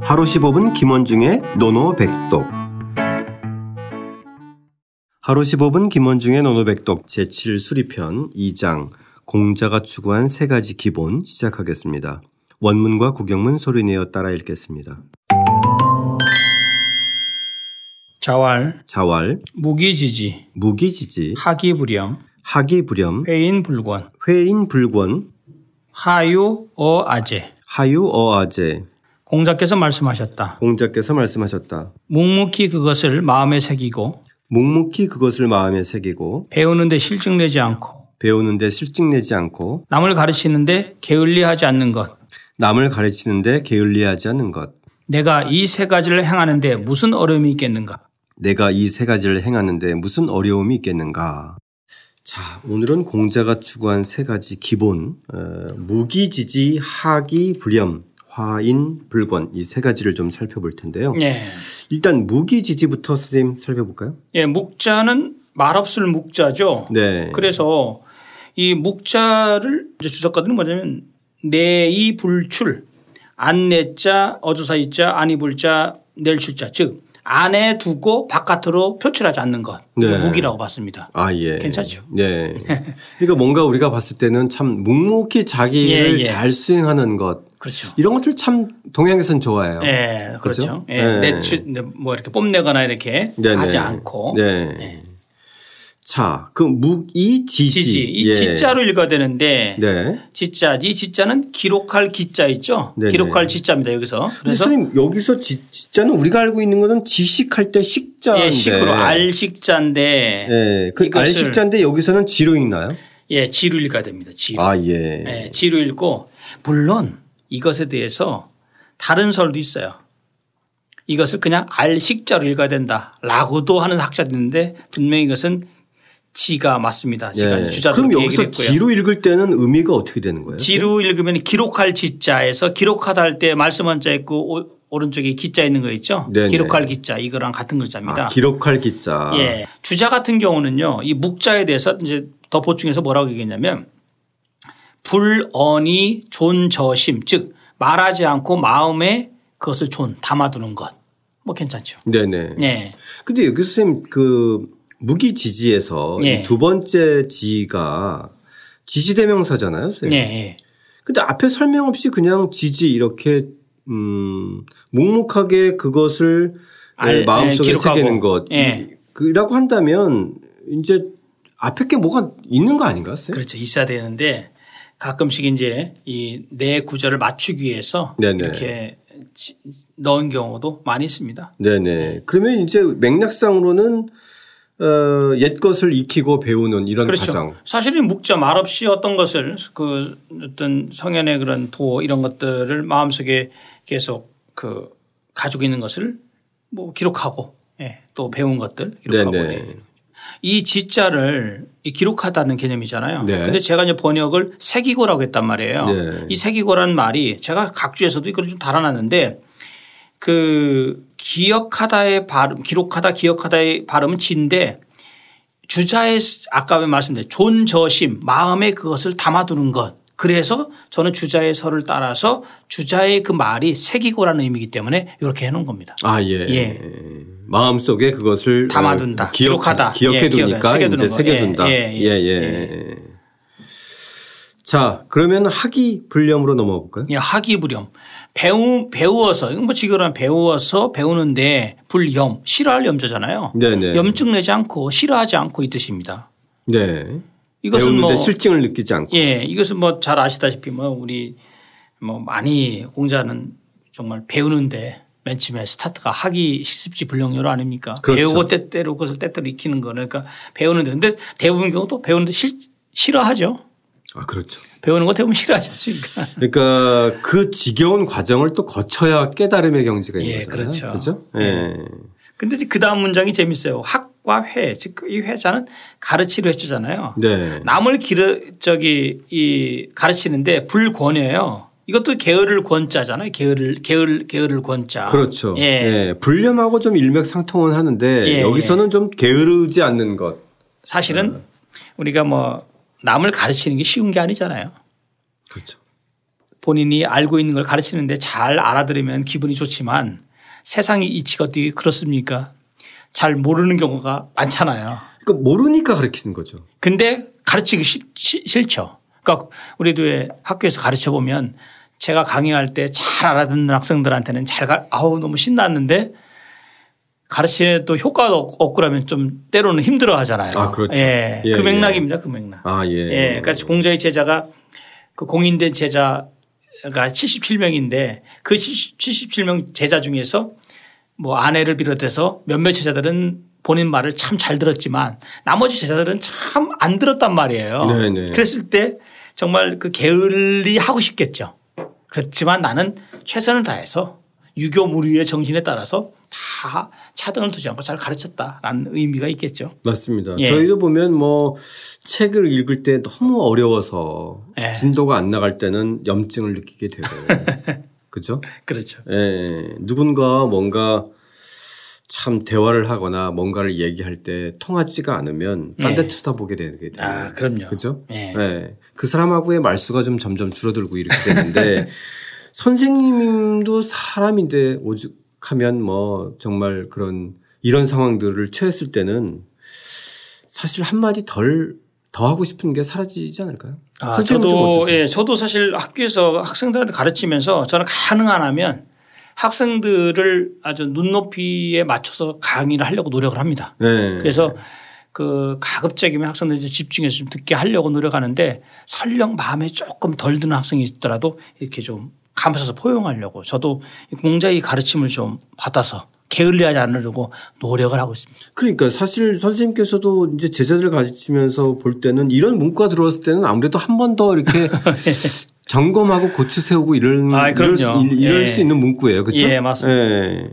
하루 15분 김원중의 노노백독 하루 15분 김원중의 노노백독 제7수리편 2장 공자가 추구한 세 가지 기본 시작하겠습니다. 원문과 구경문 소리내어 따라 읽겠습니다. 자활, 자왈, 무기지지, 무기지지, 하기불염, 하기불염, 회인불권, 회인불권, 하유어아재. 하유어아재 공자께서 말씀하셨다. 공자께서 말씀하셨다. 묵묵히 그것을 마음에 새기고 묵묵히 그것을 마음에 새기고 배우는데 실증내지 않고 배우는데 실증내지 않고 남을 가르치는데 게을리하지 않는 것. 남을 가르치는데 게을리하지 않는 것. 내가 이 세 가지를 행하는데 무슨 어려움이 있겠는가? 내가 이 세 가지를 행하는데 무슨 어려움이 있겠는가? 자, 오늘은 공자가 추구한 세 가지 기본 어, 무기지지, 하기, 불염, 화인, 불권 이 세 가지를 좀 살펴볼 텐데요. 예. 일단 무기지지부터 선생님 살펴볼까요? 예, 묵자는 말없을 묵자죠. 네, 그래서 이 묵자를 이제 주석가들은 뭐냐면 내이 불출 안내자 어조사이자 안이불자 낼출자 즉 안에 두고 바깥으로 표출하지 않는 것 네. 묵이라고 봤습니다. 아 예, 괜찮죠? 네, 그러니까 뭔가 우리가 봤을 때는 참 묵묵히 자기를 예, 예. 잘 수행하는 것 그렇죠. 이런 것들 참 동양에선 좋아해요. 예, 그렇죠? 그렇죠. 네. 예, 내출 뭐 이렇게 뽐내거나 이렇게 네네. 하지 않고 네. 자, 그 무이 지지. 지지 이 예. 지자로 읽어야 되는데 네. 지자 이 지자는 기록할 기자 있죠. 네네. 기록할 지자입니다 여기서. 근데 그래서 선생님 여기서 지, 지자는 우리가 알고 있는 거는 지식할 때 식자인데. 예, 식으로 알식자인데 예, 그 이것을- 알식자인데 여기서는 지로 읽나요? 예, 지루 읽어야 됩니다. 지루. 아 예. 예, 지루 읽고 물론 이것에 대해서 다른 설도 있어요. 이것을 그냥 알식자로 읽어야 된다라고도 하는 학자도 있는데 분명히 이것은 지가 맞습니다. 제가 예. 주자도 그럼 그렇게 여기서 얘기를 했고요. 지로 읽을 때는 의미가 어떻게 되는 거예요? 지루 읽으면 기록할 지자에서 기록하다 할 때 말씀 한자 있고 오- 오른쪽에 기자 있는 거 있죠. 네네. 기록할 기자 이거랑 같은 글자입니다. 아, 기록할 기자. 예. 주자 같은 경우는요, 이 묵자에 대해서 이제 더 보충해서 뭐라고 얘기했냐면 불언이 존저심, 즉 말하지 않고 마음에 그것을 존 담아두는 것, 뭐 괜찮죠. 네네. 예. 근데 여기서 선생님 그 무기 지지에서 예. 이두 번째 지가 지지대명사잖아요, 선생님. 예, 예. 근데 앞에 설명 없이 그냥 지지 이렇게 음 묵묵하게 그것을 알- 예, 마음속에 예, 기록하고. 새기는 것 예. 그라고 한다면 이제 앞에 게 뭐가 있는 거 아닌가? 쌤? 그렇죠. 있어야 되는데 가끔씩 이제 이 내 구절을 맞추기 위해서 네네. 이렇게 지- 넣은 경우도 많이 있습니다. 네네. 그러면 이제 맥락상으로는 어, 옛 것을 익히고 배우는 이런 그렇죠. 과정. 사실은 묵자 말없이 어떤 것을 그 어떤 성현의 그런 도 이런 것들을 마음속에 계속 그 가지고 있는 것을 뭐 기록하고 예. 또 배운 것들 기록하고 네네. 예. 이 지자를 이 기록하다는 개념이잖아요. 네. 근데 제가 이제 번역을 새기고라고 했단 말이에요. 네. 이 새기고라는 말이 제가 각주에서도 이걸 좀 달아놨는데 그 기억하다의 발음, 기록하다, 기억하다의 발음은 진데 주자의 아까 왜 말씀드린 존저심 마음에 그것을 담아두는 것. 그래서 저는 주자의 설을 따라서 주자의 그 말이 새기고라는 의미이기 때문에 이렇게 해놓은 겁니다. 아 예. 예. 마음 속에 그것을 담아둔다. 어, 기억하, 기록하다. 기억해 예, 기억해. 두니까 새겨두는 이제 거. 새겨둔다. 예, 예, 예. 예, 예. 자, 그러면 학이 불념으로 넘어가 볼까요? 예, 학이불염. 배우, 배우어서, 이건 뭐 지금은 배우어서 배우는데 불염, 싫어할 염자잖아요. 네네. 염증 내지 않고 싫어하지 않고 이 뜻입니다. 네. 이것은 배우는데 뭐, 실증을 느끼지 않고. 예, 이것은 뭐 잘 아시다시피 뭐 우리 뭐 많이 공자는 정말 배우는데 맨 처음에 스타트가 학이 실습지 불용료로 아닙니까? 그렇죠. 배우고 때때로 그것을 때때로 익히는 거는 그러니까 배우는데 근데 대부분 경우 또 배우는데 싫, 싫어하죠. 아 그렇죠. 배우는 거 대부분 싫어하죠. 그러니까. 그러니까 그 지겨운 과정을 또 거쳐야 깨달음의 경지가 있는 예, 거잖아요. 그렇죠. 그렇죠. 예. 근데 그 다음 문장이 재밌어요. 학과 회, 즉 이 회자는 가르치려 했잖아요. 네. 남을 기르 저기 이 가르치는데 불권이에요. 이것도 게으를 권자잖아요. 게으를 게을 게으를 권자. 그렇죠. 예. 예. 불념하고 좀 일맥상통은 하는데 예, 여기서는 좀 게으르지 않는 것. 네. 사실은 우리가 뭐 남을 가르치는 게 쉬운 게 아니잖아요. 그렇죠. 본인이 알고 있는 걸 가르치는데 잘 알아들으면 기분이 좋지만 세상의 이치가 어떻게 그렇습니까? 잘 모르는 경우가 많잖아요. 그러니까 모르니까 가르치는 거죠. 근데 가르치기 싫, 싫- 싫죠. 그러니까 우리도 왜 학교에서 가르쳐 보면 제가 강의할 때 잘 알아듣는 학생들한테는 잘 가, 아우 너무 신났는데 가르치도 효과가 없- 없고 그러면 좀 때로는 힘들어 하잖아요. 아, 그렇죠. 예. 예, 그 맥락입니다. 그 맥락. 아 예. 예. 그러니까 공자의 제자가 그 공인된 제자가 77명인데 그 70- 77명 제자 중에서 뭐 아내를 비롯해서 몇몇 제자들은 본인 말을 참 잘 들었지만 나머지 제자들은 참 안 들었단 말이에요. 네네. 그랬을 때 정말 그 게을리 하고 싶겠죠. 그렇지만 나는 최선을 다해서 유교 무리의 정신에 따라서 다 차등을 두지 않고 잘 가르쳤다라는 의미가 있겠죠. 맞습니다. 예. 저희도 보면 뭐 책을 읽을 때 너무 어려워서 예. 진도가 안 나갈 때는 염증을 느끼게 되고 그죠? 그렇죠. 예, 누군가 뭔가 참 대화를 하거나 뭔가를 얘기할 때 통하지가 않으면 딴 데 예. 쳐다보게 되게 돼요. 아, 그럼요. 그죠? 예. 예. 그 사람하고의 말수가 좀 점점 줄어들고 이렇게 되는데 선생님도 사람인데 오죽하면 뭐 정말 그런 이런 상황들을 처했을 때는 사실 한마디 덜 더 하고 싶은 게 사라지지 않을까요? 아, 선생님은 좀 저도 어떠세요? 예, 저도 사실 학교에서 학생들한테 가르치면서 저는 가능한 하면 학생들을 아주 눈높이에 맞춰서 강의를 하려고 노력을 합니다. 네. 그래서 그 가급적이면 학생들 이제 집중해서 좀 듣게 하려고 노력하는데 설령 마음에 조금 덜 드는 학생이 있더라도 이렇게 좀 감싸서 포용하려고 저도 이 공자의 가르침을 좀 받아서 게을리하지 않으려고 노력을 하고 있습니다. 그러니까 사실 선생님께서도 이제 제자들 가르치면서 볼 때는 이런 문과 들어왔을 때는 아무래도 한 번 더 이렇게 점검하고 고추 세우고 이런 예. 아, 이럴, 수, 그럼요. 이럴 예. 수 있는 문구예요, 그렇죠? 예, 맞습니다. 예.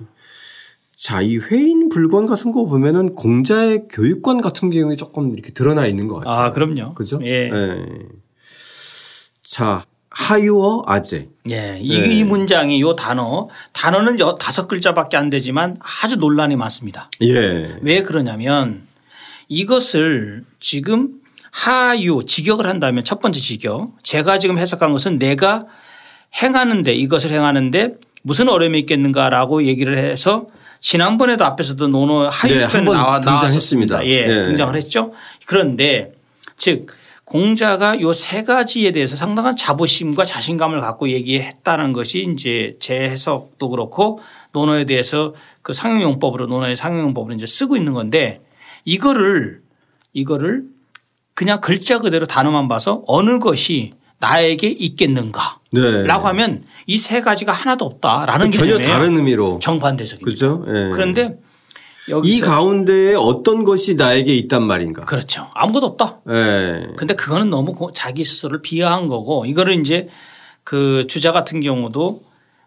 자, 이 회인 불권 같은 거 보면은 공자의 교육관 같은 경우에 조금 이렇게 드러나 있는 것 같아요. 아, 그럼요. 그죠? 예. 예. 자, 하유어 아재. 예, 이, 이 문장이 요 단어 단어는 여, 다섯 글자밖에 안 되지만 아주 논란이 많습니다. 예. 왜 그러냐면 이것을 지금 하유 직역을 한다면 첫 번째 직역 제가 지금 해석한 것은 내가 행하는데 이것을 행하는데 무슨 어려움이 있겠는가라고 얘기를 해서 지난번에도 앞에서도 논어 네, 하유편 한번 나와 등장했습니다. 나왔었습니다. 예, 네. 등장을 했죠. 그런데 즉 공자가 요 세 가지에 대해서 상당한 자부심과 자신감을 갖고 얘기했다는 것이 이제 제 해석도 그렇고 논어에 대해서 그 상용용법으로 논어의 상용용법을 이제 쓰고 있는 건데 이거를 이거를 그냥 글자 그대로 단어만 봐서 어느 것이 나에게 있겠는가라고 네. 하면 이 세 가지가 하나도 없다라는 전혀 개념의 다른 의미로. 정반대적입니다. 그죠? 예. 그런데 여기서 이 가운데에 어떤 것이 나에게 있단 말인가. 그렇죠 아무것도 없다. 예. 근데 그거는 너무 고- 자기 스스로를 비하한 거고 이거를 이제 그 주자 같은 경우도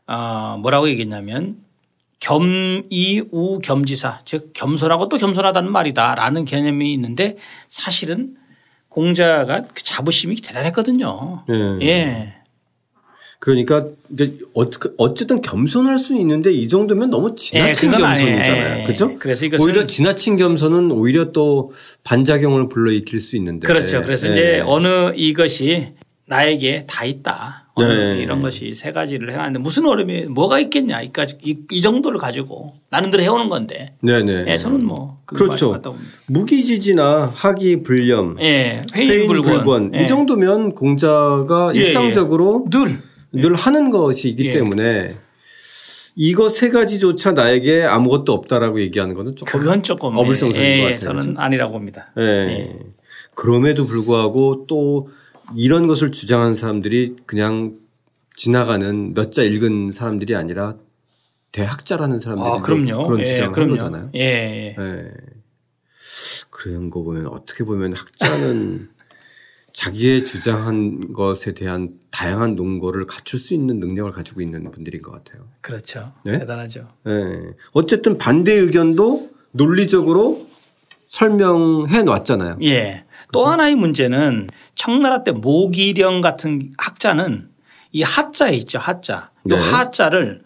아 뭐라고 얘기했냐면 겸이우 겸지사 즉 겸손하고 또 겸손하다는 말이다라는 개념이 있는데 사실은 공자가 그 자부심이 대단했거든요. 예. 예. 그러니까 이게 어떻게- 어쨌든 겸손할 수 있는데 이 정도면 너무 지나친 그건 아니에요. 겸손이잖아요. 예. 그죠? 그래서 이것은- 오히려 지나친 겸손은 오히려 또 반작용을 불러일으킬 수 있는데. 그렇죠. 그래서 예. 이제 어느 이것이 나에게 다 있다. 어느 네. 이런 것이 세 가지를 해왔는데 무슨 어려움이 뭐가 있겠냐. 이까지 이, 이 정도를 가지고 나름대로 해오는 건데 네네. 예, 저는 뭐 그거 그렇죠. 맞- 맞다고 봅니다. 무기지지나 학이 불렴, 예, 회인 불권. 회인불권 예. 이 정도면 공자가 예, 예. 일상적으로 늘 늘 하는 것이기 예. 때문에 이거 세 가지조차 나에게 아무것도 없다라고 얘기하는 거는 조금 그건 조금 어불성설인 예, 것 예, 같아요. 그렇죠. 저는 아니라고 봅니다. 예. 네. 그럼에도 불구하고 또 이런 것을 주장한 사람들이 그냥 지나가는 몇 자 읽은 사람들이 아니라 대학자라는 사람들이 아, 그럼요. 그렇죠. 그런 예, 주장을 한 그럼요. 거잖아요. 예, 예. 예. 그런 거 보면 어떻게 보면 학자는 자기의 주장한 것에 대한 다양한 논거를 갖출 수 있는 능력을 가지고 있는 분들인 것 같아요. 그렇죠. 예? 대단하죠. 예. 어쨌든 반대 의견도 논리적으로 설명해 놨잖아요. 예. 또 하나의 문제는 청나라 때 모기령 같은 학자는 이 하자 있죠. 하자. 이 네. 하자를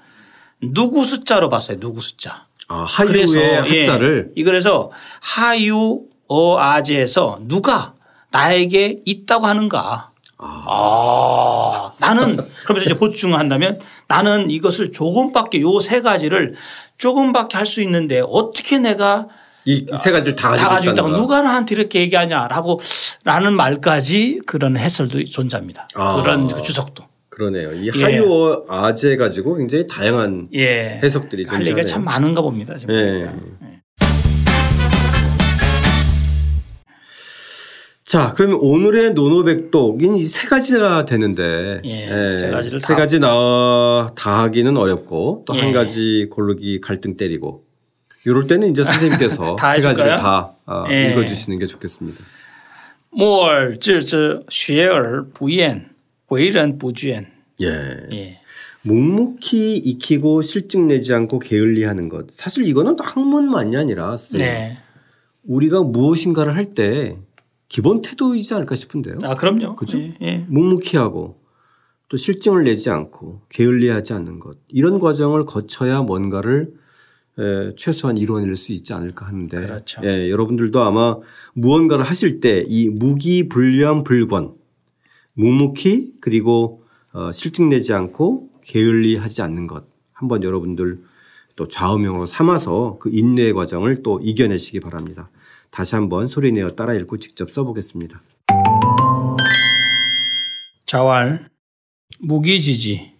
누구 숫자로 봤어요. 누구 숫자. 아, 하유의 학자를 예, 이 그래서 어, 하유 어아제에서 누가 나에게 있다고 하는가 아, 나는 그러면서 이제 보충한다면 나는 이것을 조금밖에 요 세 가지를 조금밖에 할 수 있는데 어떻게 내가 이 세 가지를 다 가지고, 다 가지고 있다고 있다는 거. 누가 나한테 이렇게 얘기하냐라고 라는 말까지 그런 해설도 존재합니다. 아. 그런 그 주석도. 그러네요. 이 예. 하이오 아재 가지고 굉장히 다양한 예. 해석들이 할 얘기가 존재하네요. 참 많은가 봅니다. 지금. 예. 자, 그러면 오늘의 노노백독인 이 세 가지가 되는데 예, 세 가지를 세 다- 가지 나- 다 하기는 어렵고 또 한 예. 가지 고르기 갈등 때리고 이럴 때는 이제 선생님께서 다 세 가지를 해줄까요? 다 아, 예. 읽어주시는 게 좋겠습니다. 莫尔智之学而不厌，为人不倦。 예. 예. 묵묵히 익히고 실증 내지 않고 게을리하는 것. 사실 이거는 학문만이 아니라 선생님, 네. 우리가 무엇인가를 할 때 기본 태도이지 않을까 싶은데요. 아 그럼요. 그죠? 예, 예. 묵묵히 하고 또 실증을 내지 않고 게을리하지 않는 것 이런 과정을 거쳐야 뭔가를 에, 최소한 이뤄낼 수 있지 않을까 하는데 그렇죠. 예, 여러분들도 아마 무언가를 하실 때 이 무기불량불권 묵묵히 그리고 어, 실증 내지 않고 게을리하지 않는 것 한번 여러분들 또 좌우명으로 삼아서 그 인내의 과정을 또 이겨내시기 바랍니다. 다시 한번 소리내어 따라 읽고 직접 써보겠습니다. 자활, 무기지지,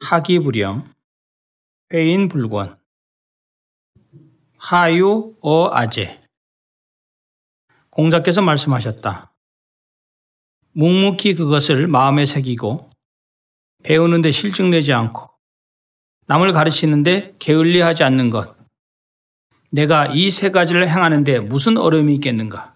하기불영, 회인불권, 하유 어아재. 공자께서 말씀하셨다. 묵묵히 그것을 마음에 새기고 배우는데 실증내지 않고 남을 가르치는데 게을리하지 않는 것. 내가 이 세 가지를 행하는데 무슨 어려움이 있겠는가?